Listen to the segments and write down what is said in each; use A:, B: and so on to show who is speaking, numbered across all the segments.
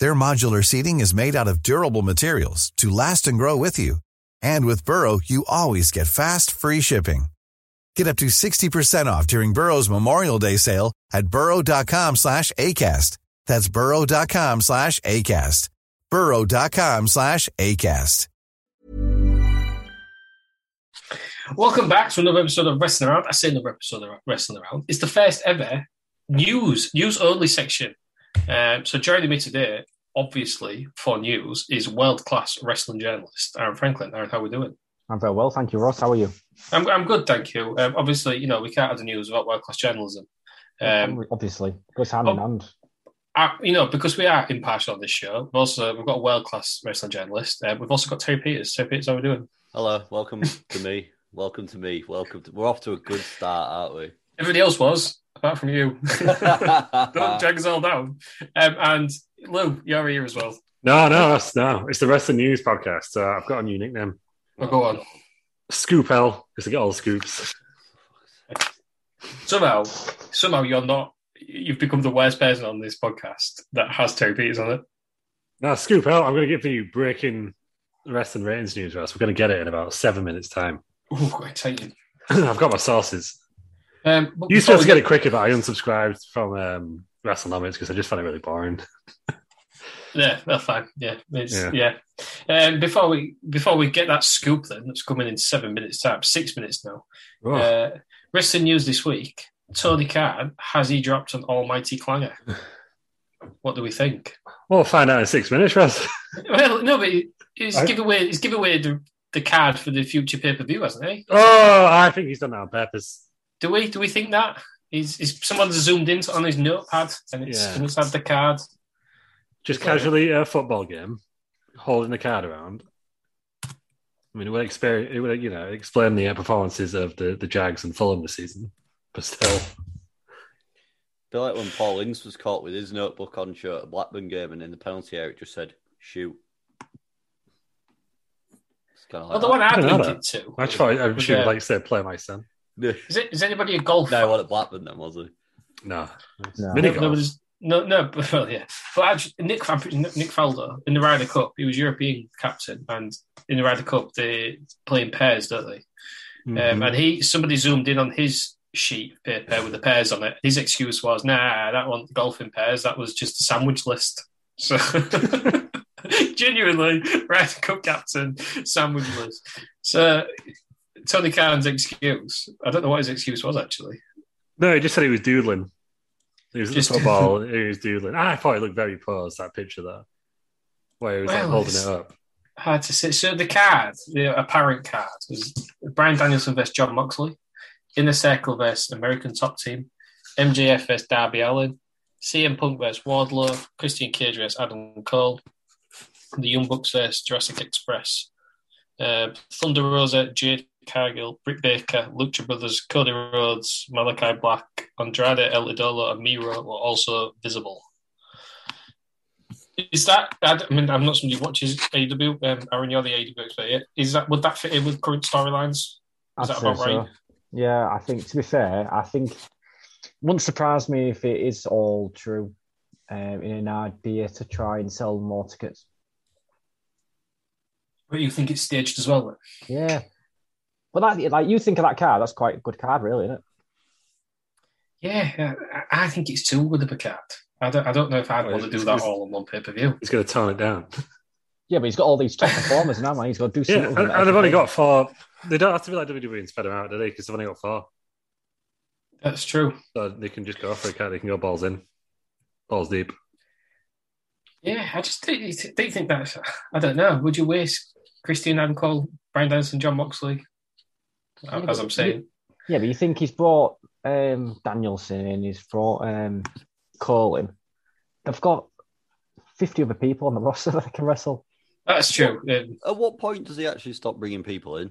A: Their modular seating is made out of durable materials to last and grow with you. And with Burrow, you always get fast, free shipping. Get up to 60% off during Burrow's Memorial Day sale at burrow.com slash ACAST. That's burrow.com slash ACAST. burrow.com slash ACAST.
B: Welcome back to another episode of Wrestling Around. I say another episode of Wrestling Around. It's the first ever news, news only section. Um, so joining me today, obviously for news, is world class wrestling journalist Aaron Franklin. Aaron, how are we doing?
C: I'm very well, thank you, Ross. How are you?
B: I'm, I'm good, thank you. Um, obviously, you know we can't have the news without world class journalism. Um,
C: Obviously, it goes hand in
B: oh.
C: hand.
B: I, you know because we are impartial on this show. We've also we've got a world class wrestling journalist. Um, we've also got Terry Peters. Terry Peters, how are we doing?
D: Hello, welcome to me. Welcome to me. Welcome. To, we're off to a good start, aren't we?
B: Everybody else was apart from you. Don't drag us all down. Um, and Lou, you're here as well.
E: No, no, that's no. It's the rest of the news podcast. Uh, I've got a new nickname.
B: Oh, go on.
E: Scoop L, because I get all the scoops.
B: somehow, somehow you're not. You've become the worst person on this podcast that has Terry Peters on it.
E: No, Scoop L, I'm going to give you breaking wrestling ratings news, Russ. We're going to get it in about seven minutes' time.
B: Ooh, quite exciting.
E: I've got my sources.
B: Um, but
E: You used to
B: before
E: be able to
B: we
E: get it quicker, but I unsubscribed from um, WrestleNomics because I just found it really boring.
B: Yeah, that's fine. Yeah, it's, yeah.
E: Yeah.
B: Um, before we before we get that scoop, then that's coming in seven minutes time, six minutes now. Uh, wrestling news this week: Tony Khan has he dropped an almighty clanger? what do we think?
E: We'll find out in six minutes, Russ.
B: Well, no, but he's
E: I-
B: give away he's give away the, the card for the future pay per view, hasn't he?
E: Oh, I think he's done that on purpose.
B: Do we do we think that? Is is someone zoomed in on his notepad and it's
E: Yeah.
B: and it's had the card?
E: Just
B: Well-
E: casually at a football game, holding the card around. I mean, it would, exper- it would you know, explain the uh, performances of the, the Jags and Fulham this season, but still.
D: Feel like when Paul Ings was caught with his notebook on show at Blackburn game, and in the penalty area, it just said "shoot." It's kind of
B: Well,
D: like
B: the one I'd
E: I don't know
B: link
E: that.
B: it to.
E: I tried, I should
B: Yeah.
E: like say, play my son.
D: that.
B: Is, it, is anybody a golfer?
D: no one at Blackburn then was it?
E: No.
C: No.
E: Mini
B: No,
E: golf.
B: there was- no, no, but- well, yeah. But actually, Nick, I'm pretty- Nick Faldo in the Ryder Cup, he was European captain, and in the Ryder Cup they play in pairs, don't they?
D: Mm-hmm.
B: Um, and he somebody zoomed in on his sheet of paper with the pairs on it. His excuse was, "Nah, that wasn't golf in pairs. That was just a sandwich list." So. Genuinely, Ryder Cup captain, sandwich list. So, Tony Khan's excuse, I don't know what his excuse was actually.
E: no, he just said he was doodling. He was
B: Just-
E: at the football, he was doodling. Ah, I thought he looked very posed, that picture there, where he was like,
B: Well,
E: holding
B: it's-
E: it up.
B: Hard to say. So the card, the apparent card, was Brian Danielson versus John Moxley, Inner Circle versus American Top Team, MJF versus Darby Allen, CM Punk versus Wardlow, Christian Cage versus Adam Cole, The Young Bucks versus Jurassic Express, uh, Thunder Rosa, Jade Cargill, Britt Baker, Lucha Brothers, Cody Rhodes, Malachi Black, Andrade El Idolo, and Miro were also visible. Is that? I I mean, I'm not somebody who watches AW. Um, Aaron, you're the AW expert. yeah? Is that? Would that fit in with current storylines? Is
C: I'd
B: that
C: say
B: about right?
C: Yeah, I think to be fair, I think wouldn't surprise me if it is all true. Um, in an idea to try and sell more tickets.
B: But you think it's staged as well? Then?
C: Yeah, but that like you think of that card, that's quite a good card, really, isn't it?
B: Yeah, yeah, I I think it's too good of a card. I don't. I don't know if I'd
E: Well,
B: want to
E: it's-
B: do that
E: it's-
B: all on one pay per view.
E: He's going to turn it down.
C: Yeah, but he's got all these top performers now, man. He's got to do
E: Yeah,
C: something.
E: and,
C: with them.
E: and they've
B: eh?
E: only got four. They don't have to be like WWE and spread them out, do they? Because they've only got four.
B: That's true.
E: So they can just go off for a cat. They can go balls in, balls deep.
B: Yeah, I just think, do you think that's. I don't know. Would you waste Christian Adam Cole, Brian Dennison, John Moxley? As I'm saying,
C: Yeah, but you think he's brought um, Danielson in, he's brought um, Cole in. They've got 50 other people on the roster that can wrestle.
B: that's true. Um,
D: At what point does he actually stop bringing people in?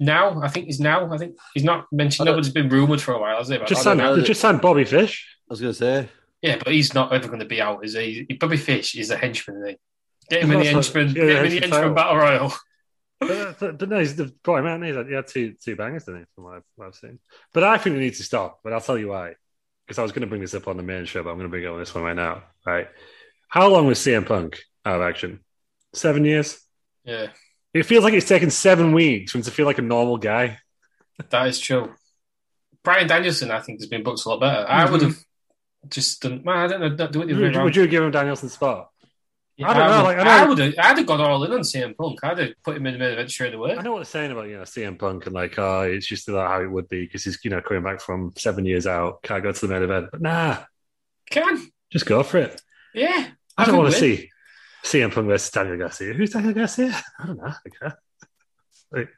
B: now, I think he's now. I think he's not mentioned.
D: I don't-
B: Nobody's been rumored for a while, has he? But
E: Just
B: I don't
E: sign,
D: sound- know that-
E: just sign Bobby Fish.
D: I was going to say,
B: Yeah, but he's not ever going to be out, is he? Bobby Fish is a henchman, isn't he? Get him in the
E: That's what-
B: henchman,
E: yeah,
B: get him in the
E: henchman
B: henchman
E: title.
B: battle royal.
E: But, uh, but, but no, he's the boy man. He's like, he had two two bangers, didn't he? From what I've, what I've seen. But I think we need to stop. But I'll tell you why. Because I was going to bring this up on the main show, but I'm going to bring it on this one right now. Right? How long was CM Punk out of action? Seven years.
B: Yeah,
E: It feels like it's taken seven weeks for him to feel like a normal guy.
B: that is true. Brian Danielson, I think, has been booked a lot better. I would have just done. Well, I don't know. Not do anything
E: Mm-hmm. Would,
B: wrong.
E: would you give him Danielson's spot? I don't
B: I
E: know,
B: would-
E: like, I
B: I
E: know-
B: would have. I'd have gone all in on CM Punk. I'd have put him in the main event straight away.
E: I know what they're saying about you know CM Punk and like, oh, it's just about how it would be because he's you know coming back from seven years out, can't go to the main event. But nah,
B: Can
E: just go for it.
B: yeah.
E: I don't
B: Have
E: want
B: him
E: to
B: win.
E: see CM Punk versus Daniel Garcia. Who's Daniel Garcia? I don't know. I don't care. Like,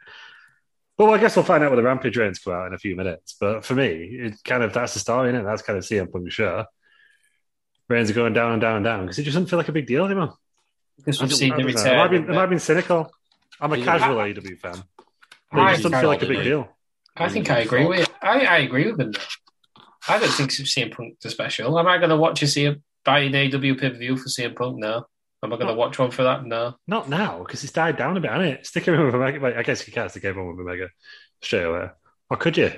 E: well, I guess we'll find out when the Rampage reigns come out in a few minutes. But for me, it kind of that's the story, innit? That's kind of CM Punk's show. Reigns are going down and down and down because it just doesn't feel like a big deal anymore.
B: because
E: I
B: we've
E: don't-
B: seen
E: I
B: the
E: don't know. Am I
B: return.
E: being, am I
B: of,
E: being cynical? I'm a
D: Yeah.
E: casual AEW fan. But
B: I
E: it just doesn't feel like a
D: probably-
E: big deal.
B: I think I agree with. I, I agree with him. Though. I don't think CM Punk's a special. Am I going to watch a CM buy an AW pay per view for CM Punk? No. Am I going to watch one for that? No.
E: Not now, because it's died down a bit, hasn't it? Stick him in with Omega. Wait, I guess you can't stick him in with Omega straight away. Or could you?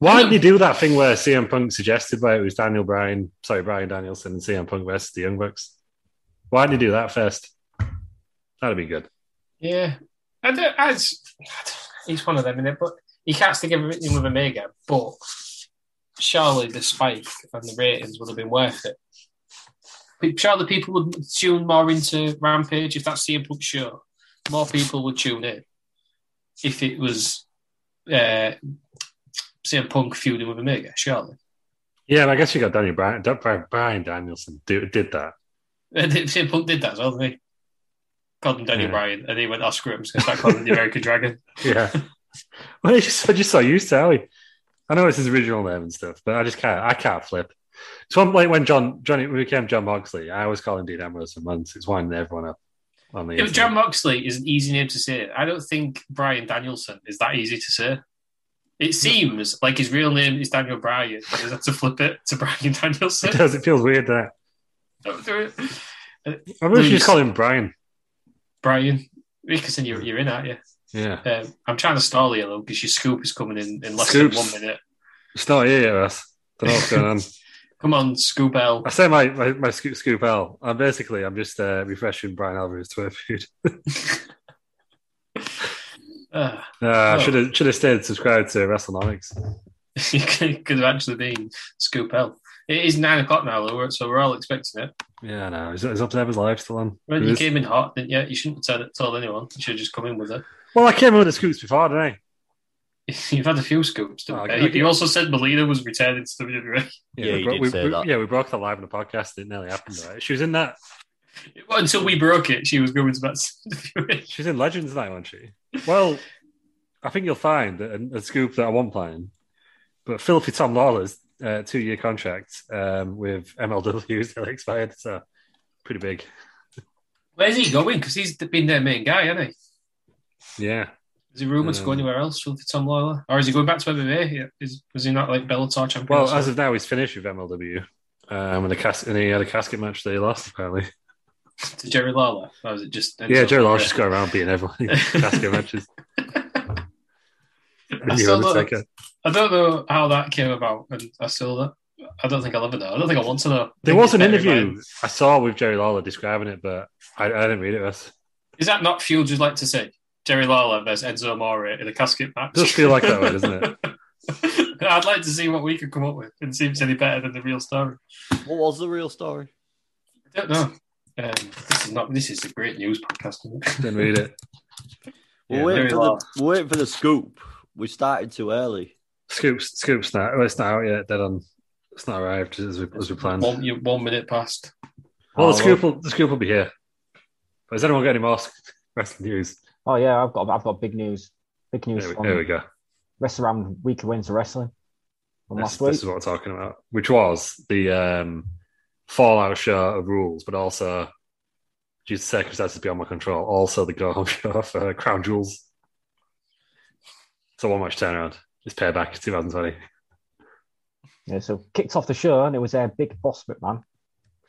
E: Why didn't you do that thing where CM Punk suggested where it was Daniel Bryan, sorry, Brian Danielson and CM Punk versus the Young Bucks? Why didn't you do that first? That'd be good.
B: Yeah. I don't, I just- he's one of them, innit? But you can't stick everything with Omega. But surely the spike and the ratings would have been worth it. But Surely people would tune more into Rampage if that's CM Punk's show. More people would tune in if it was uh, CM Punk feuding with Omega, surely.
E: Yeah, but I guess you got Daniel Bryan, Dan- Brian, Brian Danielson do, did that.
B: And CM Punk did that as well, didn't he? Called him Daniel
E: Yeah.
B: Bryan, and he went, oh, screw him, so I called him the American Dragon.
E: Yeah. well, I just, I just so used to it. I know it's his original name and stuff, but I just can't. I can't flip. It's one like when John Johnny we became John Moxley. I always call him Dean Ambrose for months. It's winding everyone up on the
B: Yeah, but
E: internet.
B: John Moxley is an easy name to say. I don't think Brian Danielson is that easy to say. It seems like his real name is Daniel Bryan, but he's had to flip it to Brian
E: It
B: Danielson.
E: does. It feels weird that
B: Don't do it.
E: I wish you
B: Lose.
E: just call him Brian.
B: Brian, because then you're, you're in, aren't you?
E: Yeah,
B: Um, I'm trying to stall you, though, because your scoop is coming in in less
E: Scoops.
B: than one minute.
E: it's not here yet, Russ. Don't know what's going on.
B: Come on, Scoop L.
E: I say my my, my scoop scoop L. I'm basically I'm just uh, refreshing Brian Alvarez's Twitter feed.
B: Uh,
E: Uh, I
B: Oh.
E: should have should have stayed subscribed to WrestleNomics.
B: you could could have actually been Scoop L. It is nine o'clock now, though, so we're all expecting it.
E: Yeah, I know. Is, is up to Evan's live still on?
B: Well,
E: It
B: you
E: is.
B: came in hot, didn't you? You shouldn't have told anyone. You should have just come in with it.
E: Well, I came in with the scoops before, didn't I?
B: You've had a few scoops. Didn't
E: Oh,
B: you?
E: I-
B: You- you also said Melina was returning to E. WWE.
D: Yeah,
E: we
D: you
E: bro-
D: did
E: we,
D: say
E: we-
D: that.
E: Yeah, we broke that live on the podcast. It nearly happened. Right? She was in that.
B: Well, Until we broke it, she was going to back to WWE.
E: She was in Legends night, wasn't she? Well, I think you'll find a, a scoop that I won't playing. But filthy Tom Lawler's uh, two-year contract um, with MLW is nearly expired, so pretty big.
B: Where's he going? Because he's been their main guy, hasn't he?
E: Yeah,
B: Is he rumored to go
E: Um,
B: anywhere else for Tom Lawler? Or is he going back to MMA? Yeah. Is, was he not like Bellator champion?
E: Well,
B: or something?
E: as of now, he's finished with MLW. Um, and, a cas- and he had a casket match that he lost, apparently.
B: to Jerry Lawler? Or was it just.
E: yeah, Jerry Lawler's just going around beating everyone in casket matches.
B: I
E: You
B: still don't,
E: Undertaker.
B: I don't know how that came about, and I still don't. I don't think I'll ever know. I don't think I want to know. I
E: There
B: think
E: was
B: it's
E: an
B: better
E: interview
B: if
E: I saw with Jerry Lawler describing it, but I, I didn't read it. Russ.
B: I- Is that not fuel you'd like to see? Jerry Lawler versus Enzo Amore in a casket match.
E: It does feel like that way, doesn't it?
B: I'd like to see what we could come up with and see if it's any better than the real story.
D: what was the real story?
B: I don't know. Um, this is not. This is a great news podcast. Isn't it?
E: Then read it.
D: We're
B: Yeah,
D: waiting
B: very
D: for
B: well.
D: the we're waiting for the scoop. We started too early.
E: Scoops, scoops now. Well, it's not out yet. Dead on. It's not arrived as we, as we planned.
B: One, you, one minute past.
E: Well, the
D: Oh,
E: scoop will, the scoop will be here. But has anyone got any more sc- wrestling news?
C: Oh yeah, I've got I've got big news. Big news
E: There we,
C: from
E: there we go.
C: Wrestle Around Weekly Wins of Wrestling from
E: This,
C: last week.
E: this is what we're talking about, which was the um, fallout show of rules, but also due to circumstances beyond my control, also the go home show for Crown Jewels. So one match turnaround. It's payback 2020.
C: Yeah, so kicked off the show, and it was a uh, big boss McMahon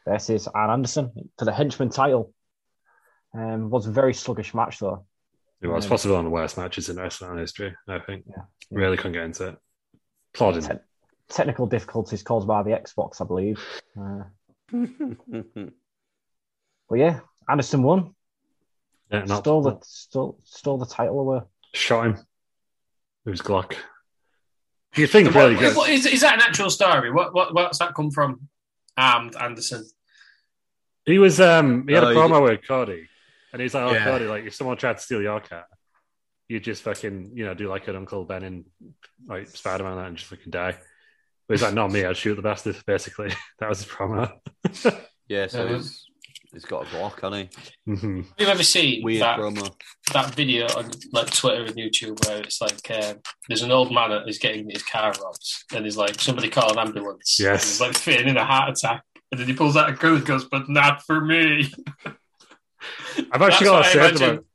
C: versus Arn Anderson for the henchman title. Um, was a very sluggish match though.
E: It was
C: Yeah.
E: possibly one of the worst matches in wrestling history, I think.
C: Yeah.
E: Really couldn't get into it. Plodding.
C: Ten- technical difficulties caused by the Xbox, I believe. Uh, but yeah, Anderson won,
E: Yeah, not,
C: stole the stole, stole the title away.
E: shot him. It was Glock. You think
B: What-
E: really good.
B: what- is, is that an actual story? What, what what's that come from? Armed Anderson.
E: He was um he had
D: Oh,
E: a
D: he
E: promo with Cody. And he's like, Oh
B: Yeah.
E: Cody, like if someone tried to steal your cat, you just fucking, you know, do like an Uncle Ben and like Spider Man and just fucking die. But he's like, not me, I'd shoot the bastard, basically. That was his promo.
D: Yeah, so
B: Yeah.
D: he's he's got a block, hasn't
E: Mhm.
B: Have you ever
D: he?
B: seen
D: Weird
B: that
D: promo.
B: that video on like Twitter and YouTube where it's like um, there's an old man and he's getting his car robbed and he's like somebody call an ambulance.
E: Yes.
B: And he's like feigning a heart attack and then he pulls out a gun and goes, but not for me.
E: I've actually got
B: That's
E: a
B: what I
E: saved
B: imagine.
E: about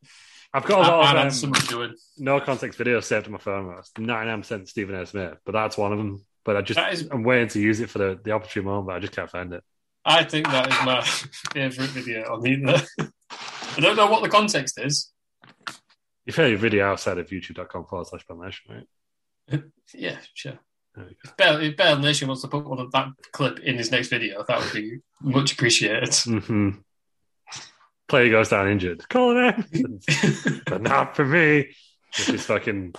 E: I've got a lot
B: Arn
E: of
B: Anderson
E: um,
B: was doing.
E: no context videos saved on my phone. where It's 99% Stephen A. Smith, but that's one of them. But I just,
B: That is-
E: I'm waiting to use it for the, the opportune moment, but I just can't find it.
B: I think that is my favourite video on the internet. I don't know what the context is.
E: You found your video outside of youtube.com forward slash Band Nation, right?
B: Yeah, sure.
E: There we
B: If Bear, if Bear Nation wants to put one of that clip in his next video, that would be much appreciated.
E: Mm-hmm. Player goes down injured. Call an ambulance. but not for me. Which is fucking,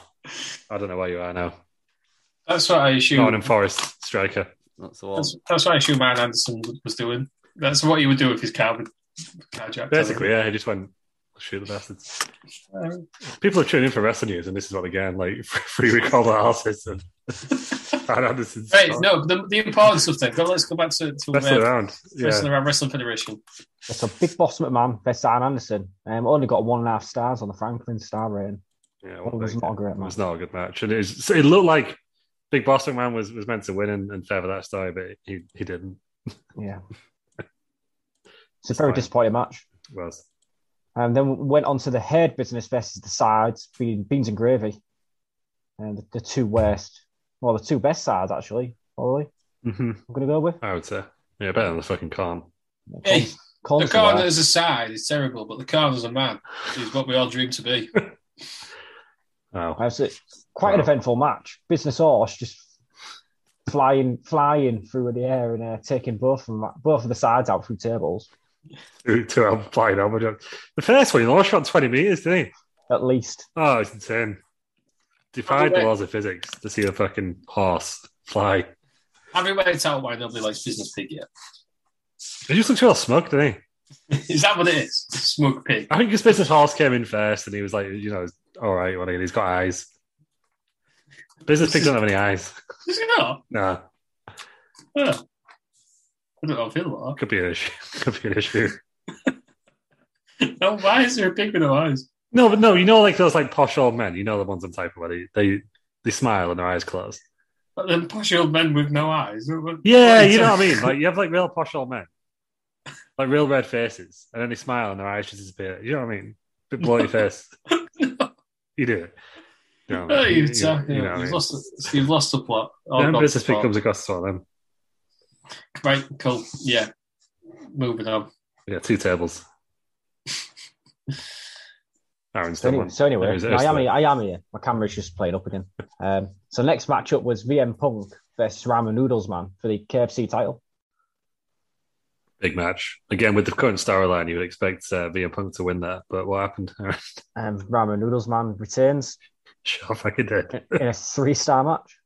E: I don't know where you are now.
B: That's what I assume.
E: Nottingham Forest striker.
D: That's the one.
B: That's, that's what I assume Arn Anderson w- was doing. That's what he would do if his car would carjacked.
E: Basically, yeah, he just went, shoot the bastards.
B: Um,
E: People are tuning in for wrestling news, and this is what again, like, free recall analysis and Aaron Anderson's.
B: Right, no, the, the importance of things. Well, let's go back to, to
E: Wrestling
B: uh,
E: around. Yeah.
B: Wrestling Around Wrestling Federation.
C: Yeah, so big boss McMahon versus Arn Anderson. Um, only got one and a half stars on the Franklin star rating.
E: yeah
C: It
E: what
C: was
E: the-
C: not a great
E: It was
C: match.
E: not a good match, and it, was, it looked like Big Boss Man was, was meant to win and, and favour that story, but he, he didn't.
C: Yeah. It's a very
E: Fine.
C: disappointing match.
E: It was
C: And then we went on to the head business versus the sides, being beans and gravy. And the, the two worst, well, the two best sides, actually, probably.
E: hmm
C: I'm going to go with.
E: I would say, yeah, better than the fucking con.
B: Hey,
C: Corners
B: the
C: are there.
B: corner's aside, it's terrible, but the corner's a man. He's what we all dream to be.
E: Oh,
C: Uh, so it's quite an
E: Wow.
C: eventful match. Business horse just flying, flying through the air and uh, taking both of them, both of the sides out through tables
E: two, two I'm flying over. The first one, he launched on 20 meters, didn't he?
C: at least.
E: Oh, it's insane. Defied the laws of physics to see a fucking horse fly.
B: Have you worked out why nobody likes Business Pig yet?
E: He just looked real smug, didn't he?
B: is that what it is? Smug Pig.
E: I think his business horse came in first, and he was like, you know, all right, well, he's got eyes. Business pig doesn't have any eyes.
B: Is it not?
E: Nah,
B: Yeah. I don't know how I feel about
E: could be an issue. Could be an issue.
B: that. No, why is there a pig with no eyes?
E: No, but no, you know, like those like posh old men. You know the ones I'm typing about. They they, they smile and their eyes closed.
B: But then posh old men with no eyes.
E: Yeah, you know what I mean. Like you have like real posh old men, like real red faces, and then they smile and their eyes just disappear. You know what I mean? Bit bloody face. You do it. You know what I
B: What are
E: mean?
B: you
E: You-
B: talking
E: you know
B: about?
E: what I
B: You've
E: mean?
B: lost, the- you've lost the plot. Oh,
E: Then
B: God,
E: business
B: the
E: pig
B: plot.
E: comes across to all them.
B: Right, cool. Yeah. Moving on.
E: Yeah, two tables. Aaron's
C: So,
E: done
C: any,
E: one.
C: so anyway,
E: There's-
C: no,
E: there's
C: I am
E: the-
C: here. I am here. My camera's just playing up again. Um, so next matchup was VM Punk versus Ramen Noodles Man for the KFC title.
E: big match again with the current storyline. You would expect uh, CM Punk to win that, but what happened? Aaron?
C: Um, Ramen Noodles Man retains
E: sure, fucking did.
C: in a three-star match.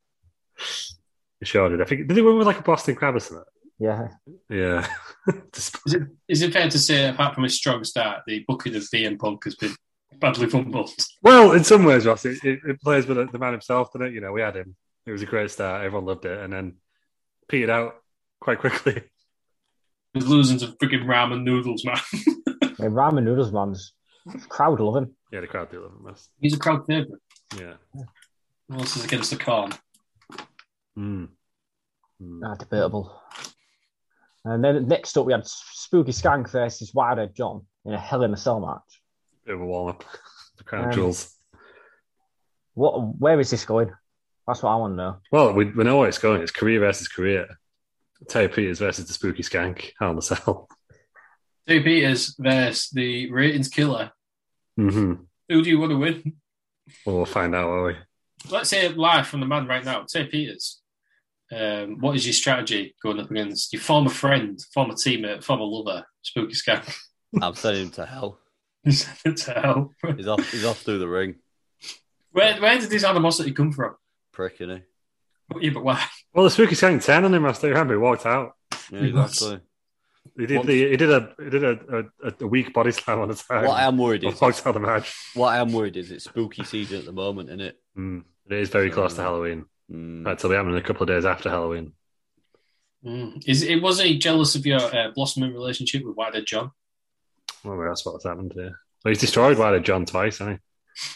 E: Sure did. I think did they win with like a Boston crab or something?
C: Yeah.
E: Yeah. Despite-
B: Is it, is it fair to say, apart from a strong start, the booking of CM Punk has been badly fumbled?
E: Well, in some ways, Ross, it, it, it plays with the man himself, doesn't it? You know, we had him. It was a great start. Everyone loved it. And then petered out quite quickly.
B: He's losing to freaking ramen noodles, man.
C: I mean, ramen noodles man's crowd love him.
E: Yeah, the crowd do love him. Ross.
B: He's a crowd favourite.
E: Yeah.
B: Who else is against the corn?
E: Mm. Mm.
C: Ah, debatable. And then next up, we had Spooky Skank versus Wired John in a Hell in a Cell match.
E: Bit of a warm up. The crown
C: Um,
E: jewels.
C: What? Where is this going? That's what I want to know.
E: Well, we, we know where it's going. It's Korea versus Korea. Terry Peters versus the spooky skank. Hell in a cell.
B: Two Peters versus the ratings killer.
E: hmm
B: Who do you want to win?
E: Well, we'll find out, won't we?
B: Let's say it live from the man right now. Tay Peters. Um, what is your strategy going up against your former friend, former teammate, former lover, Spooky Skank?
D: I'm sending him to hell.
B: to hell.
D: He's off. He's off through the ring.
B: Where, where did this animosity come from?
D: Prick, innit?
B: Yeah, but why?
E: Well, the spooky skank turned on him last day. Remember, he walked out.
D: Yeah,
B: He was.
D: exactly.
E: He did.
D: Once-
E: The, he did a. He did a, a, a weak body slam on the time.
D: What I am worried
E: He
D: is
E: walked out of the match.
D: what I am worried is it's spooky season at the moment, isn't it? Mm.
E: Mm. It is very close to Halloween. Right, so they happen in a couple of days after Halloween. Hmm.
B: Mm. Is it was he jealous of your uh, blossoming relationship with Wider John?
E: Well, that's what's happened here. Well, he's destroyed Wilder John twice, hasn't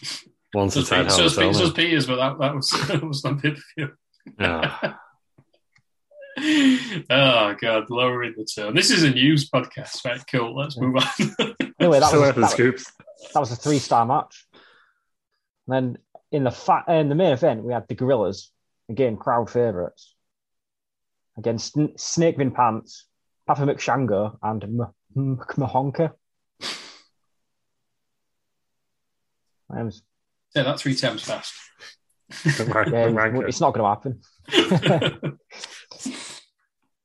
E: he? Once
B: So,
E: inside
B: so,
E: Hell in a
B: so,
E: Cell.
B: so
E: now.
B: Peters, but that, that was that was on pay per view.
E: Ah,
B: oh god, lowering the tone. This is a news podcast, right? Cool. Let's move on.
C: Anyway, that
E: Still
C: was,
E: out for the
C: that, was-
E: scoops.
C: that was a three star match. And then in the fa- in the main event, we had the Gorillas again, crowd favourites against Sn- Snakevin Pants, Papa McShango, and M- M- McMahonka. Um,
B: Say that three times fast.
C: yeah,
E: Ranker.
C: it's not going to happen.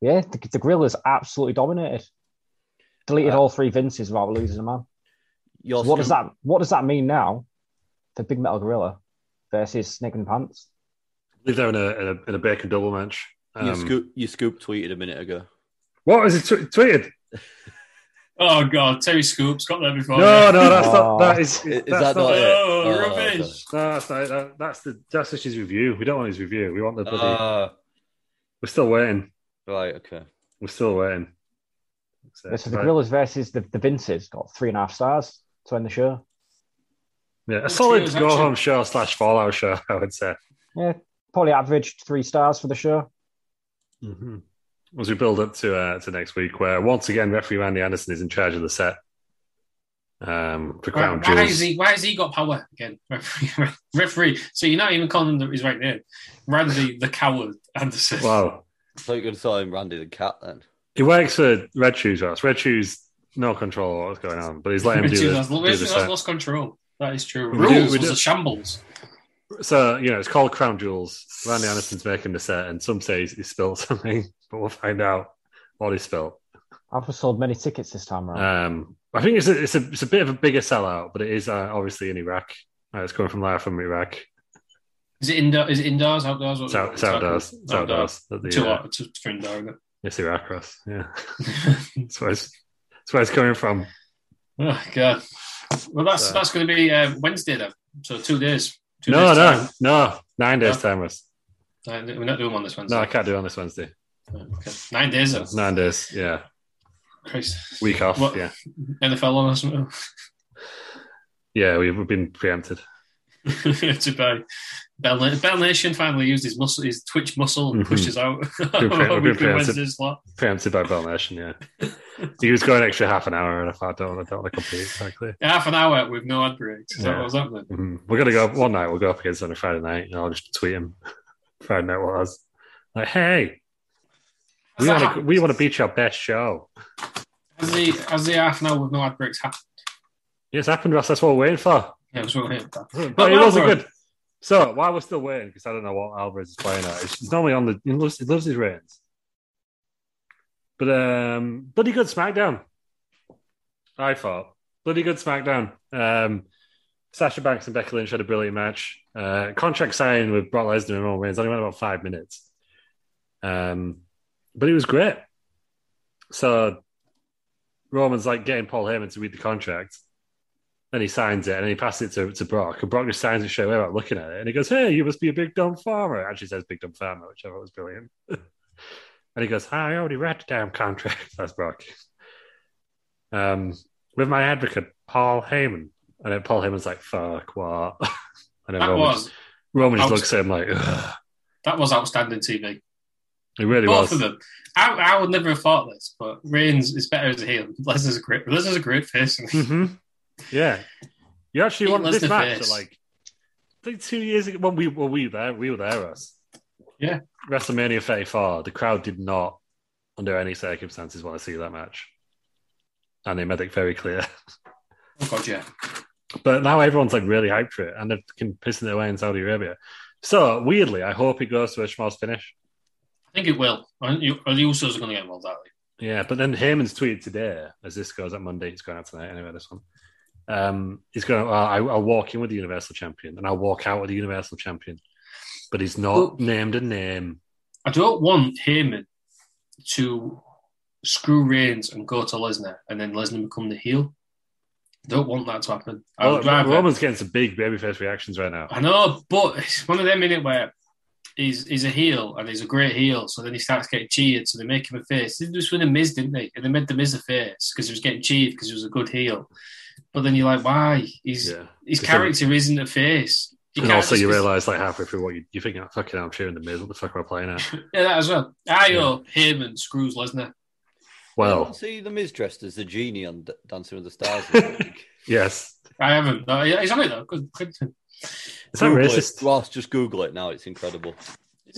C: Yeah, the, the Gorillas absolutely dominated. Deleted all three Vinces without losing a man.
D: Your
C: What does
D: scoop-
C: that What does that mean now? The Big Metal Gorilla versus Snake and Pants.
E: I believe they're in a, in a, in a bacon double match.
D: Your
E: Um,
D: scoop, your scoop tweeted a minute ago.
E: What was it tw- tweeted?
B: Oh god, Terry Scoops got there before.
E: no,
B: me.
E: no, that's not.
C: Oh.
E: That is.
D: I- Is
E: that's
D: that not,
E: not
D: it?
B: Oh,
D: okay.
B: rubbish.
E: No, that's not. it. That, that's the. That's just his review. We don't want his review. We want the. bloody-
B: Uh,
D: Ah,
E: we're still waiting.
D: right. Okay.
E: We're still waiting. So,
C: So the
E: right.
C: Gorillas versus the, the Vinces got three and a half stars to end the show.
E: Yeah, a
B: Which
E: solid
B: was
E: go
B: actually-
E: home show slash fallout show. I would say.
C: Yeah, probably averaged three stars for the show.
E: Mm-hmm. As we build up to uh, to next week, where once again referee Randy Anderson is in charge of the set um, for
B: Why,
E: Crown
B: why
E: Jewels.
B: is he? Why has he got power again? Referee, referee. So you're not even calling him the- his right name, Randy the Coward Anderson.
E: Wow,
D: So you're going to tell him Randy the cat then?
E: he works for Red Shoes. Ross. Red Shoes, no control of what's going on, but he's letting him
B: Richard
E: do, the,
B: has,
E: do
B: Richard
E: the
B: has
E: set.
B: lost control. That is true.
E: We do-
B: Rules
E: we
B: was
E: do.
B: a shambles.
E: So you know, it's called Crown Jewels. Randy Anderson's making the set, and some say he's, he's spilled something, but we'll find out what he spilled.
C: I've sold many tickets this time around.
E: Um, I think it's a, it's a it's a bit of a bigger sellout, but it is uh, obviously in Iraq. Uh, it's coming from live from Iraq.
B: Is it indoor? Is it indoors? Outdoors? What-
E: It's, out, it's outdoors. It's outdoors. At the,
B: Too
E: uh,
B: hot. It's just for indoor. Isn't
E: It's Iraq, Ross. Yeah,
B: it?
E: that's where it's that's where it's coming from.
B: oh god. Well, that's
E: So-
B: that's going to be uh, Wednesday then. So two days. Two
E: no,
B: days
E: no,
B: time.
E: no. Nine days
B: No?
E: time, Ross.
B: Uh, We're not doing one this Wednesday. Uh,
E: No, I can't do it on this Wednesday.
B: Okay. Nine days. Though.
E: Nine days. Yeah,
B: Christ.
E: week off.
B: What-
E: Yeah,
B: NFL on or something.
E: yeah. We've we've been preempted.
B: to buy. Bell, Bell Nation finally used his muscle, his Twitch muscle, and
E: Mhm.
B: pushed us out.
E: Good for-
B: Our
E: good
B: weekly
E: for us.
B: Wednesday slot.
E: Preempted by Bell Nation. Yeah, he was going an extra half an hour, and I thought, I don't want to, don't want to compete exactly.
B: Half an hour with no ad breaks. Is that
E: Yeah.
B: what was happening?
E: Mhm. We're gonna go up one night. We'll go up against on a Friday night, and I'll just tweet him Friday night what it was like. Hey,
B: Has
E: we
B: that
E: want to
B: happened?
E: we want to beat your best show.
B: Has the has the half an hour with no ad breaks happened?
E: It's happened, Russ. That's what we're waiting for.
B: Yeah, it was what we hit.
E: But it wasn't
B: Alvarez.
E: good. So while we're still waiting, because I don't know what Alvarez is playing at, he's normally on the he loves, he loves his reigns. But um, bloody good SmackDown. I thought bloody good SmackDown. Um, Sasha Banks and Becky Lynch had a brilliant match. Uh, contract signing with Brock Lesnar and Roman Reigns only went about five minutes. Um, but it was great. So Roman's like getting Paul Heyman to read the contract. Then he signs it and he passes it to, to Brock. And Brock just signs it straight away without looking at it. And he goes, Hey, you must be a big dumb farmer. It actually says big dumb farmer, which I thought was brilliant. and he goes, I already read the damn contract. That's Brock. Um, with my advocate, Paul Heyman. And then Paul Heyman's like, Fuck, what? and then
B: That
E: Roman,
B: was
E: just, Roman just
B: out-
E: looks at him like, Ugh.
B: that was outstanding TV.
E: It really
B: Both of
E: was.
B: them. I, I would never have thought this, but Reigns is better as a heel. Lesnar's a great Lesnar's a great face.
E: hmm Yeah, you actually
B: He
E: want
B: was
E: this
B: the
E: match
B: first.
E: at, like I think two years ago when we were we were there we were there us.
B: Yeah.
E: WrestleMania 34. The crowd did not, under any circumstances, want to see that match, and they made it very clear.
B: Oh god, yeah.
E: But now everyone's like really hyped for it, and they're fucking pissing it away in Saudi Arabia. So weirdly, I hope it goes to a schmaltz finish.
B: I think it will. And you- and the Usos are going to get involved, aren't
E: Yeah, but then Heyman's tweeted today, as this goes out Monday, it's going out tonight anyway, this one. Um, he's going, I, I'll walk in with the Universal Champion and I'll walk out with the Universal Champion. But he's not
B: Well-
E: named a name.
B: they? I don't want Heyman to screw Reigns and go to Lesnar, and then Lesnar become the heel. Don't want that to happen. I
E: Well,
B: would rather.
E: Roman's getting some big babyface reactions right now.
B: I know, but it's one of them in it where he's he's a heel and he's a great heel, so then he starts getting cheered, so they make him a face. They just win the Miz, didn't they? And they made the Miz a face because he was getting cheered because he was a good heel. But then you're like, why? He's
E: Yeah.
B: his
E: Because-
B: character isn't a face. You
E: and
B: can't
E: also,
B: just-
E: you realise like halfway through what you, you're thinking, fucking hell, I'm cheering the Miz. What the fuck am I playing at?
B: yeah, that as well. I
E: Yeah.
B: owe Heyman screws Lesnar.
D: Didn't
E: Well,
D: see the Miz dressed as the genie on D- Dancing with the Stars. the other week?
E: yes.
B: I haven't. No, he's on it though. Good, good.
E: Is that
D: Google it.
E: racist?
D: Ross, just Google it now. It's incredible.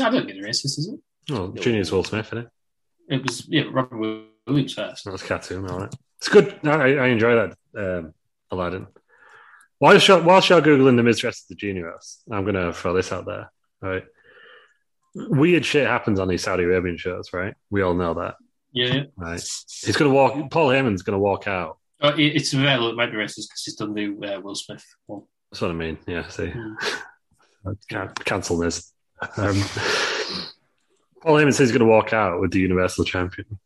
B: I don't think it's racist, is it?
E: Oh, Junior's Will Smith, isn't it?
B: It was yeah, Robert Williams first.
E: That was cartoon, all right. It's good. No, I, I enjoy that, um, Aladdin. While shall whilst you're googling the mistress of the genius, I'm gonna throw this out there. All right. Weird shit happens on these Saudi Arabian shows, right? We all know that,
B: Yeah, yeah.
E: right? He's gonna walk. Paul Heyman's gonna walk out.
B: Uh, it- it's available. It might be racist because he's done the uh, Will Smith one.
E: That's what I mean. Yeah. See,
B: Hmm.
E: Can- cancel this. Um, Paul Heyman says he's gonna walk out with the Universal Champion,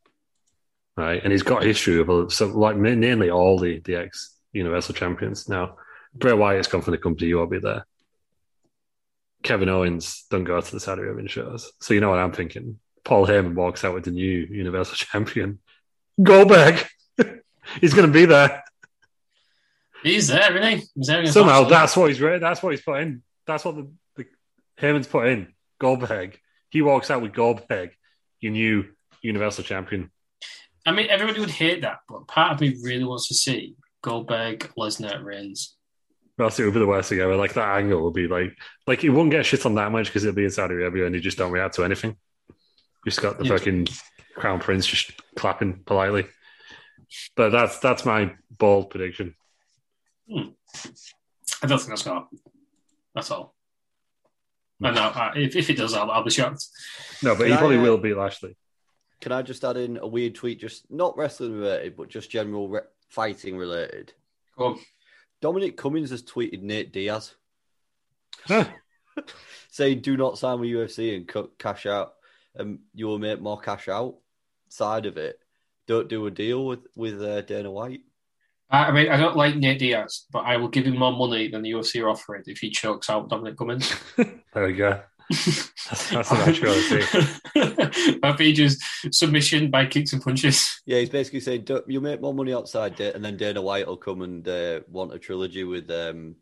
E: right? And he's got history of so like ma- nearly all the the ex Universal Champions now. Bray Wyatt's gone from the company. You won't be there. Kevin Owens don't go to the Saudi Arabian shows. So you know what I'm thinking. Paul Heyman walks out with the new Universal Champion. Goldberg. he's going to be there
B: He's there, isn't he? He's there against
E: somehow.
B: Arsenal.
E: That's what he's re- that's what he's put in. That's what the, the Heyman's put in. Goldberg. He walks out with Goldberg, your new Universal Champion.
B: I mean, everybody would hate that, but part of me really wants to see Goldberg, Lesnar, Reigns.
E: That's it would be the worst thing ever. Like that angle would be like, like he wouldn't get shit on that much because it'd be in Saudi Arabia and he just don't react to anything. Just got the
B: Yeah.
E: fucking crown prince just clapping politely. But that's that's my bold prediction.
B: I don't think that's going to happen. That's all. I know. I- If, if it does, I'll, I'll be shocked.
E: No, but
D: Can
E: he
D: I,
E: probably
D: uh,
E: will beat Lashley.
D: Can I just add in a weird tweet, just not wrestling related, but just general re- fighting related?
B: Go on.
D: Dominic Cummings has tweeted Nate Diaz
E: Huh.
D: saying, "Do not sign with UFC and cut cash out, and you will make more cash out." Side of it, don't do a deal with with uh, Dana White.
B: I I mean, I don't like Nate Diaz, but I will give him more money than the UFC are offering if he chokes out Dominic Cummins.
E: There we go. That's, that's an actuality.
B: if he just submission by kicks and punches.
D: Yeah, he's basically saying "Don't- you'll make more money outside, Da- and then Dana White will come and uh, want a trilogy with um,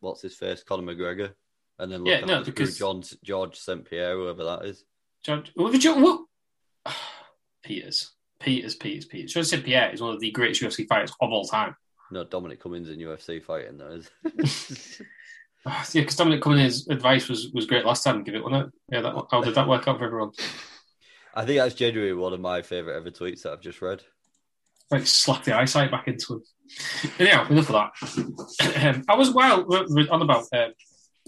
D: what's his face, Conor McGregor, and then look
B: Yeah, no,
D: after
B: because-
D: John George St Pierre, whoever that is.
B: John, what did you, what? Peters. Peters, Peters, Peters. Should I say Pierre is one of the greatest UFC fighters of all time.
D: No, Dominic Cummings in UFC fighting though. Is...
B: Ah, Yeah, because Dominic Cummings' advice was, was great last time. Give it, wasn't it? Yeah, that, how did that work out for everyone?
D: I think that's genuinely one of my favorite ever tweets that I've just read.
B: Like slap the eyesight back into him. Anyhow, enough of that. um, I was while we're, we're on about uh, I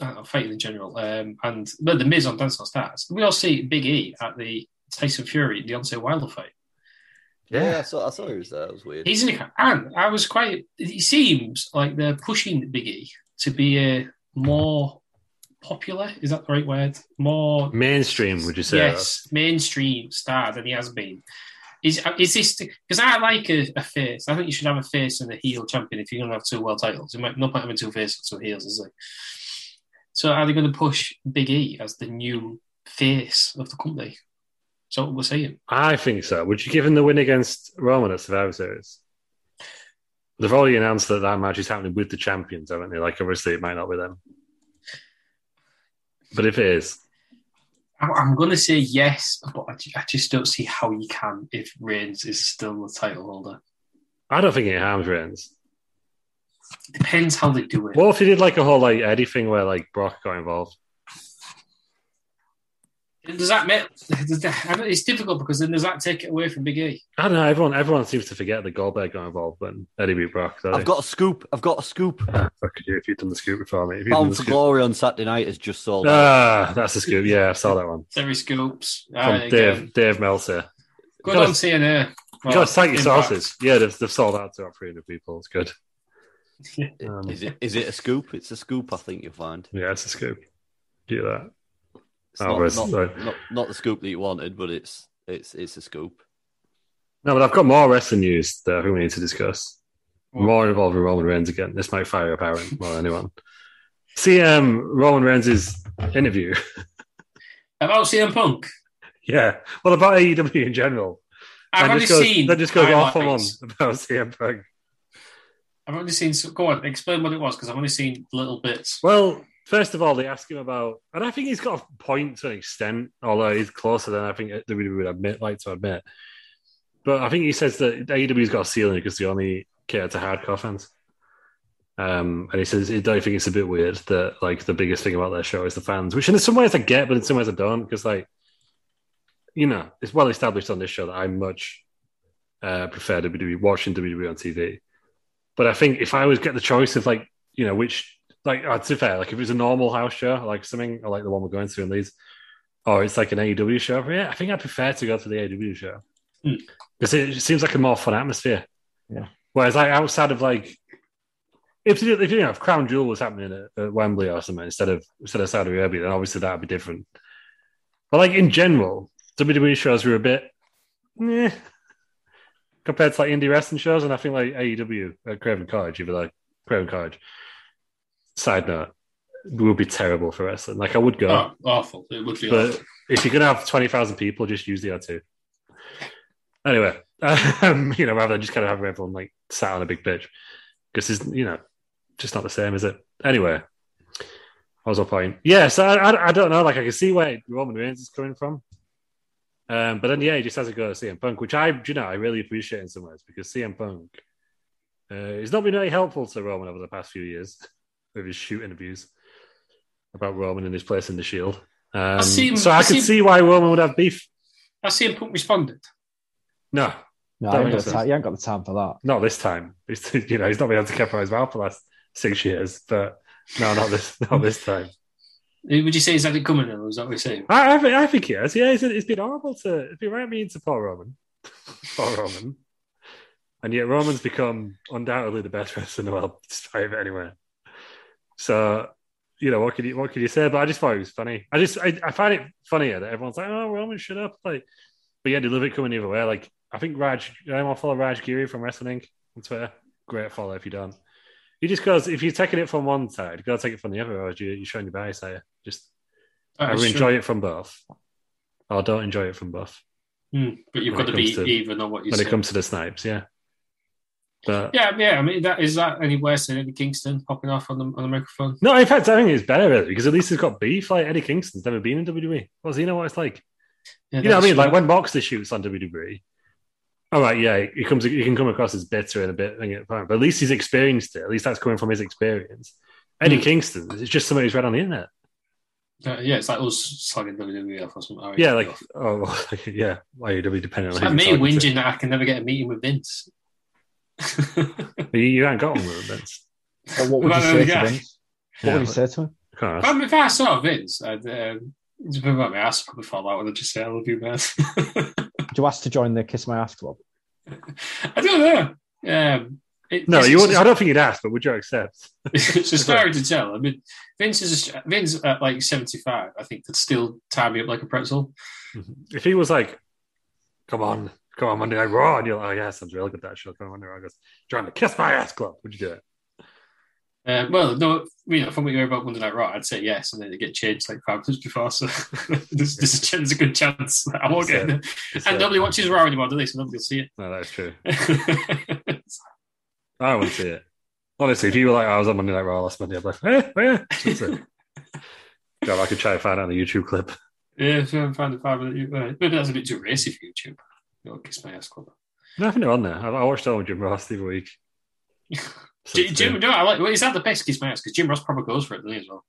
B: don't know, fighting in general, um, and well, the Miz on Dance on Stars. We all see Big E at the Tyson Fury Deontay Wilder fight.
E: Yeah.
D: I, saw, I saw he was there. That was weird.
B: He's in a and I was quite. It seems like they're pushing Big E to be a more popular. Is that the right word? More
E: Mainstream, would you say?
B: yes, mainstream star than he has been. Is is this because I like a, a face? I think you should have a face and a heel champion if you're going to have two world titles. It might no point having two faces, two heels, is it? So are they going to push Big E as the new face of the company? So what we're saying.
E: I think so. Would you give him the win against Roman at Survivor Series? They've already announced that that match is happening with the champions, haven't they? Like, obviously, it might not be them. But if it is,
B: I- I'm going to say yes, but I ju- I just don't see how you can if Reigns is still the title holder.
E: I don't think it harms Reigns.
B: Depends how they do it.
E: What if he did like a whole like Eddie thing where like Brock got involved?
B: Does that make does that- I don't- it's difficult because then does that take it away from Big E?
E: I don't know. Everyone, everyone seems to forget that Goldberg got involved when Eddie beat Brock. don't
D: I've
E: they?
D: got a scoop. I've got a scoop.
E: Ah, fuck you if you've done the scoop before me. If you've done
D: Bound
E: the
D: for
E: scoop,
D: Glory on Saturday night is just sold out.
E: ah, that's the scoop. Yeah, I saw that one
B: Terry Scoops.
E: from
B: Aye,
E: Dave
B: again.
E: Dave Meltzer.
B: Good
E: Gotta-
B: on TNA.
E: You got to cite your
B: Impact.
E: sources. Yeah, they've, they've sold out to about 300 people. It's good. Um,
D: Is it? Is it a scoop? It's a scoop. I think you'll find.
E: Yeah, it's a scoop. Do that.
D: It's
E: Oh,
D: not,
E: Wes,
D: not,
E: sorry.
D: not, not the scoop that you wanted, but it's it's it's a scoop.
E: No, but I've got more wrestling news that I think we need to discuss. More involving Roman Reigns again. This might fire up Aaron more than anyone. See um, Roman Reigns' interview.
B: About CM Punk.
E: yeah. Well, about AEW in general.
B: I've
E: That
B: only
E: just goes,
B: seen.
E: That just goes off on one
B: highlights.
E: about CM Punk.
B: I've only seen. So, go on, explain what it was because I've only seen little bits.
E: Well, first of all, they ask him about, and I think he's got a point to an extent, although he's closer than I think WWE E would admit, like to admit. But I think he says that AEW's got a ceiling because they only cater to hardcore fans. Um, and he says, I don't think it's a bit weird that like the biggest thing about their show is the fans, which in some ways I get, but in some ways I don't, because like, you know, it's well established on this show that I much uh, prefer WWE watching WWE on TV. But I think if I was get the choice of like, you know, which like uh, to be fair, like if it was a normal house show, like something or like the one we're going to in Leeds, or Oh, it's like an AEW show, yeah, I think I'd prefer to go to the AEW show
B: Hmm.
E: because it just seems like a more fun atmosphere.
C: Yeah.
E: Whereas like outside of like, if you if you know if Crown Jewel was happening at, at Wembley or something instead of instead of Saudi Arabia, then obviously that'd be different. But like in general, WWE shows were a bit, eh, compared to like indie wrestling shows, and I think like AEW at Craven Cottage, you'd be like Craven Cottage. Side note, will be terrible for wrestling. Like I would go,
B: Oh, awful! It would be.
E: but
B: awful.
E: if you're gonna have twenty thousand people, just use the R2. Anyway, um, you know, rather than just kind of have everyone like sat on a big bitch, because it's you know, just not the same, is it? Anyway, what was my point? Yeah, so I, I, I don't know. Like I can see where Roman Reigns is coming from, um, but then yeah, he just has to go to CM Punk, which I do you know I really appreciate in some ways because CM Punk uh, has not been very helpful to Roman over the past few years with his shoot interviews about Roman and his place in the Shield. Um,
B: seen-
E: so I
B: I've
E: could
B: seen-
E: see why Roman would have beef.
B: Has CM Punk responded?
E: No,
C: No, you
E: That
C: ain't, got
E: makes
C: the time, you ain't got the time for that.
E: not this time. It's, you know, he's not been able to keep his mouth for the last six years. But no, not this, not this time.
B: Would you say is that it coming? Or is that what you're saying?
E: I, I, think- I think he has. Yeah, it's, it's been horrible to. It's been right mean to poor Roman. poor Roman. And yet Roman's become undoubtedly the best wrestler in the world, despite it anyway. So, you know, what can you what can you say? But I just thought it was funny. I just I, I find it funnier that everyone's like, oh Roman, shut up. Like but yeah, they love it coming either way. Like I think Raj I'm all follow Raj Giri from Wrestling Inc. on Twitter. Great follow if you don't. He just goes, if you're taking it from one side, you gotta take it from the other, or you you're showing your bias there. Just
B: That
E: I
B: is
E: would
B: true.
E: enjoy it from both. I don't enjoy it from both
B: Hmm, but you've
E: when
B: got to
E: it
B: be
E: comes to-
B: even on what you
E: when
B: say.
E: it comes to the snipes. Yeah, but
B: yeah, yeah. I mean, that is that any worse than Eddie Kingston popping off on the on the microphone?
E: no, in fact, I think it's better really, because at least he's got beef. Like Eddie Kingston's never been in WWE. Well, does he know what it's like?
B: Yeah,
E: you know what I mean?
B: that's
E: Like
B: true.
E: when Boxer shoots on WWE. All right, yeah, he comes. He can come across as bitter and a bit, and get fine, but at least he's experienced it. At least that's coming from his experience. Eddie
B: Hmm.
E: Kingston, it's just something he's read on the internet.
B: Uh, yeah, it's like us slagging WWE off or something.
E: Yeah, like oh, well, yeah, IUW depending
B: It's
E: on
B: like
E: who
B: me
E: you're talking to.
B: whinging that I can never get a meeting with Vince.
E: You, you haven't got one with him, Vince.
C: But what would you
B: Well,
C: say
B: yeah.
C: to him? What
E: Yeah,
C: would you say to him?
E: come on.
B: But if I saw Vince, I'd um, it's been about my ass I'd probably fall out and I'd just say I love you, man.
C: Would you ask to join the Kiss My Ass Club?
B: I don't know. Um, it-
E: No,
B: it's-
E: you
B: it's
E: wouldn't. I don't think you'd ask, but would you accept?
B: it's a story to tell. I mean, Vince is a, Vince at like seventy five. I think could still tie me up like a pretzel.
E: If he was like, "Come on, come on Monday Night Raw. And you're like, oh, yeah, sounds really good, that show. Come on Monday Night Raw. He goes, trying to kiss my ass club. Would you do it?
B: Uh, well, no, you know, from what you hear about Monday Night Raw, I'd say yes, and then they get changed like five times before. So there's, there's, a, ch- there's a good chance that I won't get
E: That's
B: in
E: it.
B: there.
E: It's,
B: And
E: uh,
B: nobody watches Raw anymore, do they? So nobody will see
E: No, that's true.
B: it.
E: I wouldn't see it. Honestly, if you were like, "Oh, I was on Monday Night Raw last Monday, I'd be like, eh, eh. That's it. God, I could try and find out on the YouTube clip.
B: yeah, so I'm finding five minute. Uh, maybe that's a bit too racy for YouTube. You know, kiss my ass club.
E: No, I think they're on there. I, I watched all of Jim Ross the other week. So
B: Jim,
E: it's
B: Jim,
E: been-
B: no, I like. Well, is that the best kiss my ass? Because Jim Ross probably goes for it, doesn't he, as well?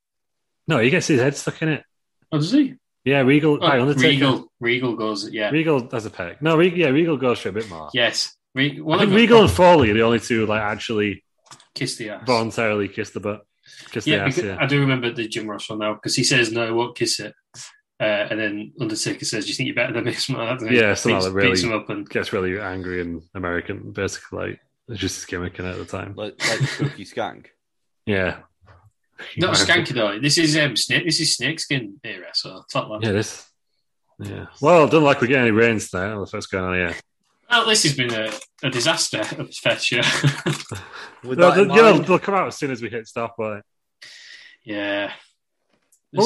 E: no, he gets his head stuck in it.
B: Oh, does he?
E: Yeah, Regal.
B: Oh,
E: hey, Undertaker.
B: Regal, Regal goes. Yeah,
E: Regal has a peck. No, Regal, yeah, Regal goes for a bit more.
B: yes. Re-
E: I
B: one
E: think
B: of them
E: Regal and Foley are the only two like actually
B: kiss the ass.
E: voluntarily kiss the butt, kiss
B: yeah,
E: the ass.
B: because
E: Yeah.
B: I do remember the Jim Ross one now because he says no, I won't kiss it, uh, and then Undertaker says, "Do you think you're better than me?" Something like that.
E: Yeah,
B: so
E: something
B: beats,
E: like that,
B: beats him
E: really.
B: up and
E: Gets really angry and American, basically. Like, it's just his gimmick in it at the time.
D: Like, like Cookie Skank.
E: Yeah.
B: not skanky though. This is um, snake. This is snakeskin era. So top that.
E: Yeah, this. Yeah. Well, don't like we're getting any rains tonight. I don't know what's going on here.
B: Well, this has been a, a disaster of a fair show.
D: With
E: They'll,
D: that in
E: they'll- yeah,
D: mind-
E: they'll come out as soon as we hit stop. But
B: yeah.
E: well,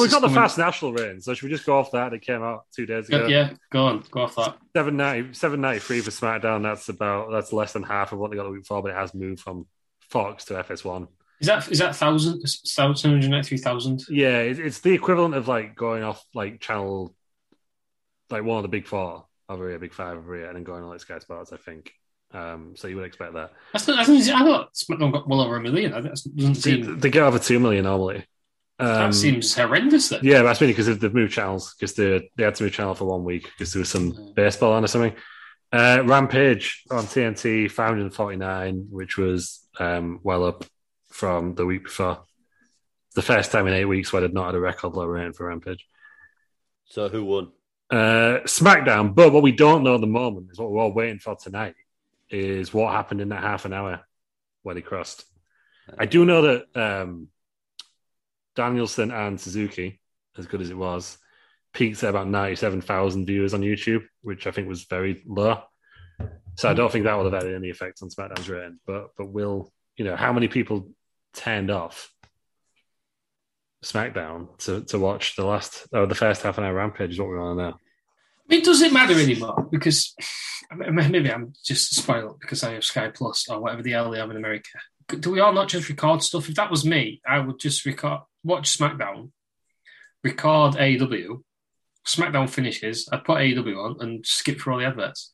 B: This
E: we've
B: is
E: got the
B: coming-
E: fast national rain, so should we just go off that? It came out two days ago.
B: Go, yeah, go on, go off that.
E: 790, 793 for SmackDown. That's about that's less than half of what they got the week before, but it has moved from Fox to FS1.
B: Is that is that thousand thousand hundred ninety three thousand?
E: Yeah, it, it's the equivalent of like going off like channel, like one of the big four over here, big five over here, and then going on like Sky Sports. I think. Um, so you would expect that.
B: That's not. That's, I thought SmackDown got well over a million. That doesn't
E: They,
B: seem.
E: they get over two million normally. Um,
B: that seems horrendous. Then.
E: Yeah, that's mainly because they've moved channels because they they had to move channel for one week because there was
B: Mm.
E: some baseball on or something. Uh, Rampage on TNT, 549, which was um, well up from the week before. The first time in eight weeks where they'd not had a record low rating for Rampage.
D: So who won?
E: Uh, SmackDown, but what we don't know at the moment is what we're all waiting for tonight is what happened in that half an hour when he crossed. I do know that um, Danielson and Suzuki, as good as it was, peaked at about 97,000 viewers on YouTube, which I think was very low. So I don't think that will have had any effect on SmackDown's rating, but but will you know how many people turned off SmackDown to, to watch the last or the first half an hour rampage is what we want to know.
B: I mean, does it matter anymore? Because I mean, maybe I'm just spoiled because I have Sky Plus or whatever the hell they have in America. Do we all not just record stuff? If that was me, I would just record, watch SmackDown, record AEW, SmackDown finishes, I'd put AEW on and skip through all the adverts.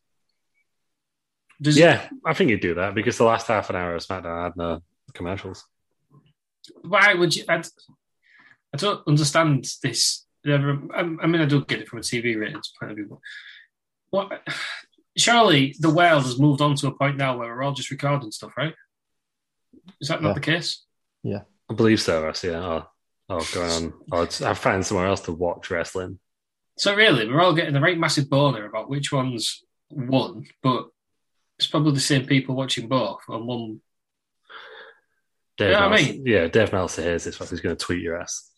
B: Does
E: Yeah, I think you'd do that because the last half an hour of SmackDown had no commercials.
B: why would you? I'd, I don't understand this. Never- I'm- I mean, I do get it from a TV ratings point of view. But what? Surely the world has moved on to a point now where we're all just recording stuff, right? Is that not
C: Yeah.
B: the case?
E: I believe so, Russ. Yeah. Oh, oh going on. Oh, it's, I find somewhere else to watch wrestling.
B: So really, we're all getting the right massive boner about which one's won, but it's probably the same people watching both on one.
E: Dave
B: Yeah, I
E: Meltzer-
B: mean-
E: yeah, Dave Meltzer hears this. He's going to tweet your ass.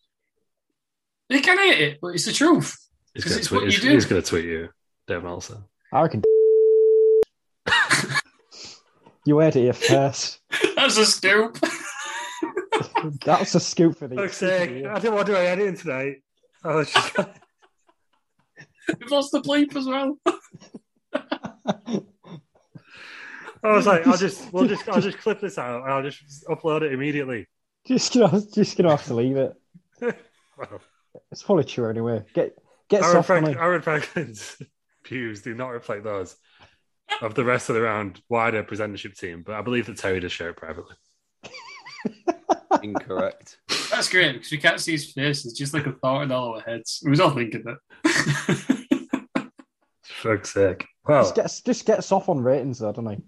B: They can hate it, but it's the truth.
E: He's
B: 'Cause
E: going to
B: it's what
E: tweet. He's,
B: you do.
E: he's going to tweet you, Dave Meltzer.
C: I reckon. you heard it here first.
B: That's a scoop.
C: That's a scoop for the.
E: didn't want to do any editing tonight. I was just
B: We've lost the bleep as well.
E: I was like, I'll just, we'll just, I'll just clip this out and I'll just upload it immediately.
C: Just gonna, just gonna have to leave it.
E: Well,
C: It's probably true anyway. Get get
E: Aaron,
C: soft
E: Frank,
C: money.
E: Aaron Franklin's views do not reflect those of the rest of the round wider presentership team, but I believe that Terry does share it privately.
D: Incorrect.
B: That's great because we can't see his face. It's just like a thought in all our heads. We was all thinking that.
E: Fuck's sake. Well,
C: Just get just get soft on ratings though, don't he?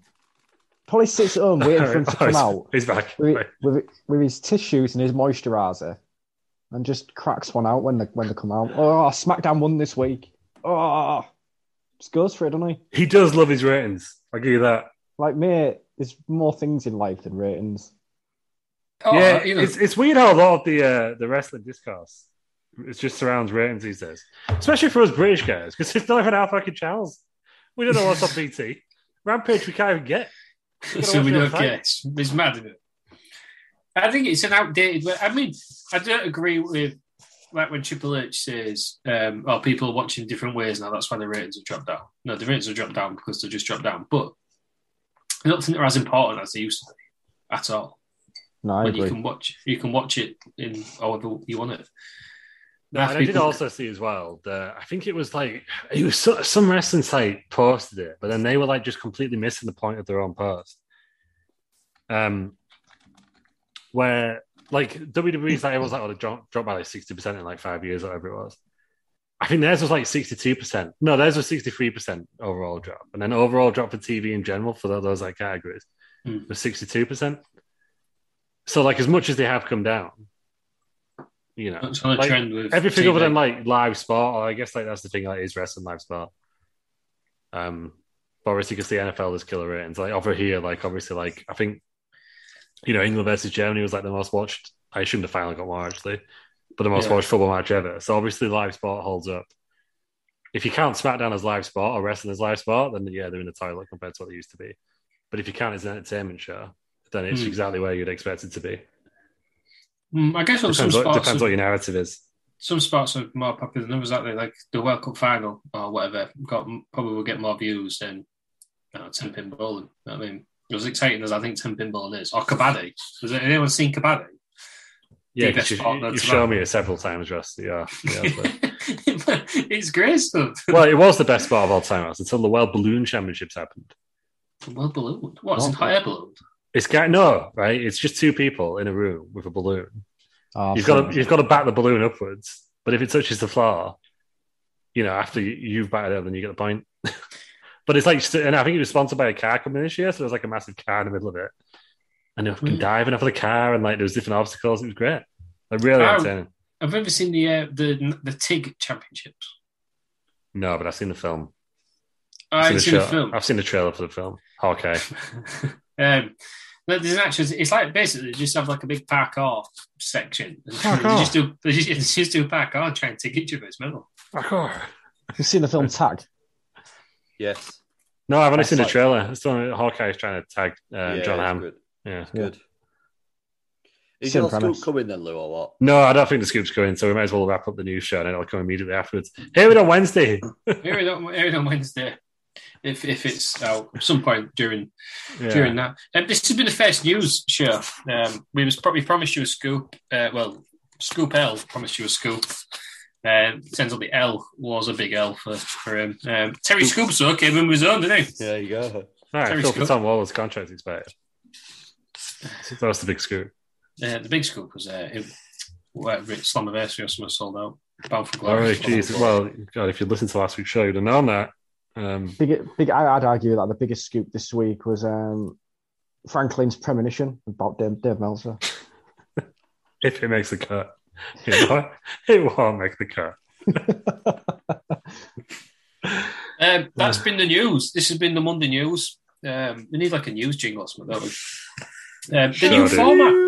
C: Probably sits at home waiting for him to
E: Oh,
C: come
E: he's-
C: out
E: He's back.
C: with, with with his tissues and his moisturizer, and just cracks one out when they when they come out. Oh, SmackDown won this week. Oh, just goes for it, doesn't he?
E: He does love his ratings. I give you that.
C: Like, mate, there's more things in life than ratings.
B: oh,
E: yeah,
B: you know,
E: it's, it's weird how a lot of the uh, the wrestling discourse it just surrounds ratings these days, especially for us British guys, because there's not even our fucking channels. We don't know what's on BT. Rampage, we can't even get.
B: so we
E: Gotta watch
B: don't
E: the
B: guess. It's mad, isn't it? I think it's an outdated way. I mean, I don't agree with like when Triple H says, um, "Oh, people are watching different ways now. That's why the ratings have dropped down." No, the ratings have dropped down because they just dropped down. But I don't think they're as important as they used to be at all.
C: No, I
B: When you
C: agree.
B: can watch, you can watch it in however you want it.
E: No, and I did also see as well that I think it was like it was so, some wrestling site posted it, but then they were like just completely missing the point of their own post. Um, where like WWE's like everyone's like, oh, they dropped, dropped by like sixty percent in like five years, or whatever it was. I think theirs was like sixty-two percent. No, theirs was sixty-three percent overall drop, and then overall drop for TV in general for tho- those like categories
B: Mm.
E: was sixty-two percent. So like as much as they have come down, you know,
B: That's on a
E: like,
B: trend with
E: everything
B: TV.
E: other than like live sport. Or I guess like that's the thing. Like is wrestling live sport. Um, but obviously because the NFL is killer ratings. Like over here, like obviously, like I think you know England versus Germany was like the most watched. I assume the final got more actually, but the most
B: Yeah.
E: watched football match ever. So obviously, live sport holds up. If you count SmackDown as live sport or wrestling as live sport, then yeah, they're in the toilet compared to what they used to be. But if you count it as an entertainment show, then it's
B: Hmm.
E: exactly where you'd expect it to be.
B: Mm, I guess on some
E: Depends, what,
B: sports,
E: depends what your narrative is.
B: some sports are more popular than others, aren't they? Like the World Cup final or whatever, got probably will get more views than uh, ten pin bowling. I mean, as exciting as I think ten pin bowling is, or kabaddi. Has anyone seen kabaddi?
E: Yeah,
B: the best
E: 'cause you've,
B: part that's
E: you've shown
B: about-
E: me it several times, Russ. Yeah. yeah but-
B: it's great stuff.
E: well, it was the best sport of all time, Russ, until the World Balloon Championships happened.
B: Well ballooned. What? It's in hot air balloon.
E: It's got no right. It's just two people in a room with a balloon.
C: Oh,
E: You've got to
C: sorry.
E: you've got to bat the balloon upwards, but if it touches the floor, you know after you- you've batted it, then you get the point. but it's like, and I think it was sponsored by a car company this year, so there was like a massive car in the middle of it, and you can
B: Mm.
E: dive in off of the car, and like there was different obstacles. It was great. Like really
B: Oh.
E: entertaining.
B: I've never seen the uh, the the TIG championships.
E: No, but I've seen the film.
B: I've
E: the
B: seen the
E: tra-
B: film.
E: I've seen the trailer for the film. Okay.
B: um, but there's an actual. It's like basically just have like a big parkour section.
E: Parkour.
B: they just do they just, they just do parkour and try and take each other's medal.
C: You've seen the film Tag?
D: Yes.
E: No, I've only
C: That's
E: seen the
C: like-
E: trailer. It's the one that Hawkeye's trying to tag uh,
D: Yeah,
E: John
D: it's
E: Hamm.
D: Good.
E: Yeah.
C: Yeah.
D: good. Is
C: Same
D: your scoop
C: premise.
D: coming then, Lou, or what?
E: No, I don't think the scoop's coming, so we might as well wrap up the news show and it'll come immediately afterwards. Here we on Wednesday.
B: Air it on, air it on Wednesday. If, if it's out at some point during during that, um, this has been the first news show. Um, we was probably promised you a scoop. Uh, well, scoop L promised you a scoop. Uh, turns out the L was a big L for for him. Um, Terry Scoopso came in with his own, didn't he?
D: There you go.
E: All right,
B: Terry
E: Phil for
B: Scoop.
E: Tom Waller's contract expired. So That was the big scoop.
B: Uh, the big scoop was uh, it, whatever it's Slammiversary or something sold out. Bound for
E: Oh,
B: glory.
E: jeez. Well, God, if you'd listened to last week's show, you'd have known that. Um,
C: Big, big. I- I'd argue that the biggest scoop this week was um, Franklin's premonition about Dave, Dave Meltzer.
E: if it makes the cut, it won't, it won't make the cut.
B: um, that's been the news. This has been the Monday news. Um, we need like a news jingle or something, don't we? Um, the
E: Sure
B: new
E: do.
B: format.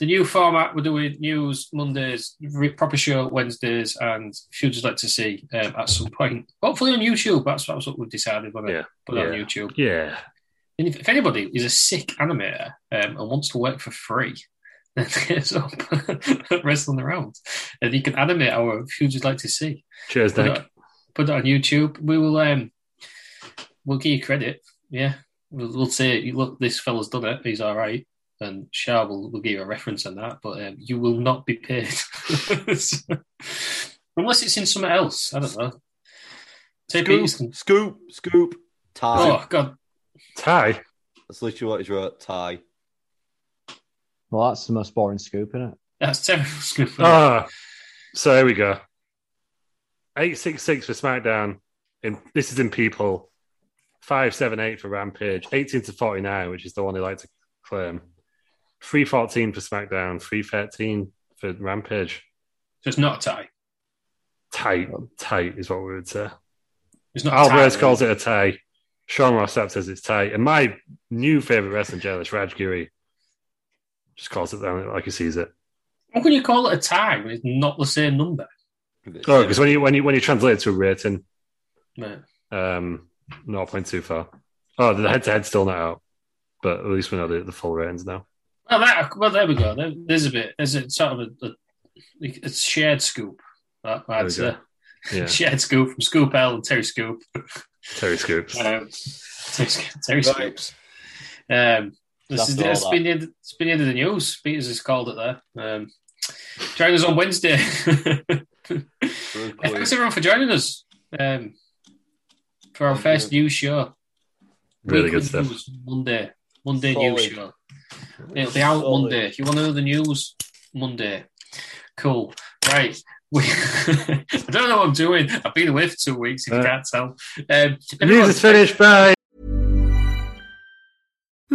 B: The new format. We're doing news Mondays, re- proper show Wednesdays, and if you'd just like to see um, at some point, hopefully on YouTube. That's, that's what we've decided. We're going to
E: Yeah.
B: put it on
E: Yeah.
B: YouTube.
E: Yeah.
B: And if, if anybody is a sick animator um, and wants to work for free, then there's up wrestling around, and you can animate our if you'd like to see.
E: Cheers,
B: Put
E: Nick.
B: it, put it on YouTube. We will um, we'll give you credit. Yeah, we'll, we'll say "You look, this fella's done it. He's all right. And Shah will, will give you a reference on that, but um, you will not be paid unless it's in somewhere else. I don't know. Say
D: Scoop,
B: Peterson.
D: scoop, scoop. Tie.
B: Oh God,
E: Ty.
D: That's literally what he's wrote. Tie.
C: Well, that's the most boring scoop, isn't it?
B: that's terrible.
E: Ah, so here we go. Eight six six for SmackDown. In this is in people. Five seven eight for Rampage. Eighteen to forty nine, which is the one they like to claim. Three fourteen for SmackDown. Three thirteen for Rampage.
B: So it's not a tie.
E: Tight, tight is what we would say.
B: It's not
E: Alvarez
B: a tie,
E: calls it a tie. Sean Rossap says it's tight. And my new favorite wrestling journalist, Raj Giri, just calls it down like he sees it.
B: How can you call it a tie when it's not the same number?
E: Oh, because when you when you when you translate it to a rating,
B: Right.
E: Um, 0.24. Oh, the head to head's still not out, but at least we know the, the full range now.
B: Well, that, well, there we go. There, there's a bit. There's a sort of a, a it's shared scoop. That,
E: There we
B: that's
E: go.
B: a
E: Yeah,
B: shared scoop from Scoop L and Terry Scoop.
E: Terry Scoops.
B: Um, Terry, Terry
D: Right.
B: Scoops. Um, this
D: That's
B: is,
D: all
B: it's
D: that.
B: been, the end- it's been the end of the news. Peters has called it there. Um, join us on Wednesday.
D: Real quick.
B: Thanks everyone for joining us um, for our
D: Thank
B: first news show.
E: Really
B: Weekly
E: good stuff.
B: news, Monday. Monday news
D: Solid.
B: show. It'll be out
D: Solid.
B: Monday. If you want to know the news, Monday. Cool. Right. We- I don't know what I'm doing. I've been away for two weeks, if you
E: Uh,
B: can't tell. Um,
E: News
B: everyone-
E: is finished. Bye.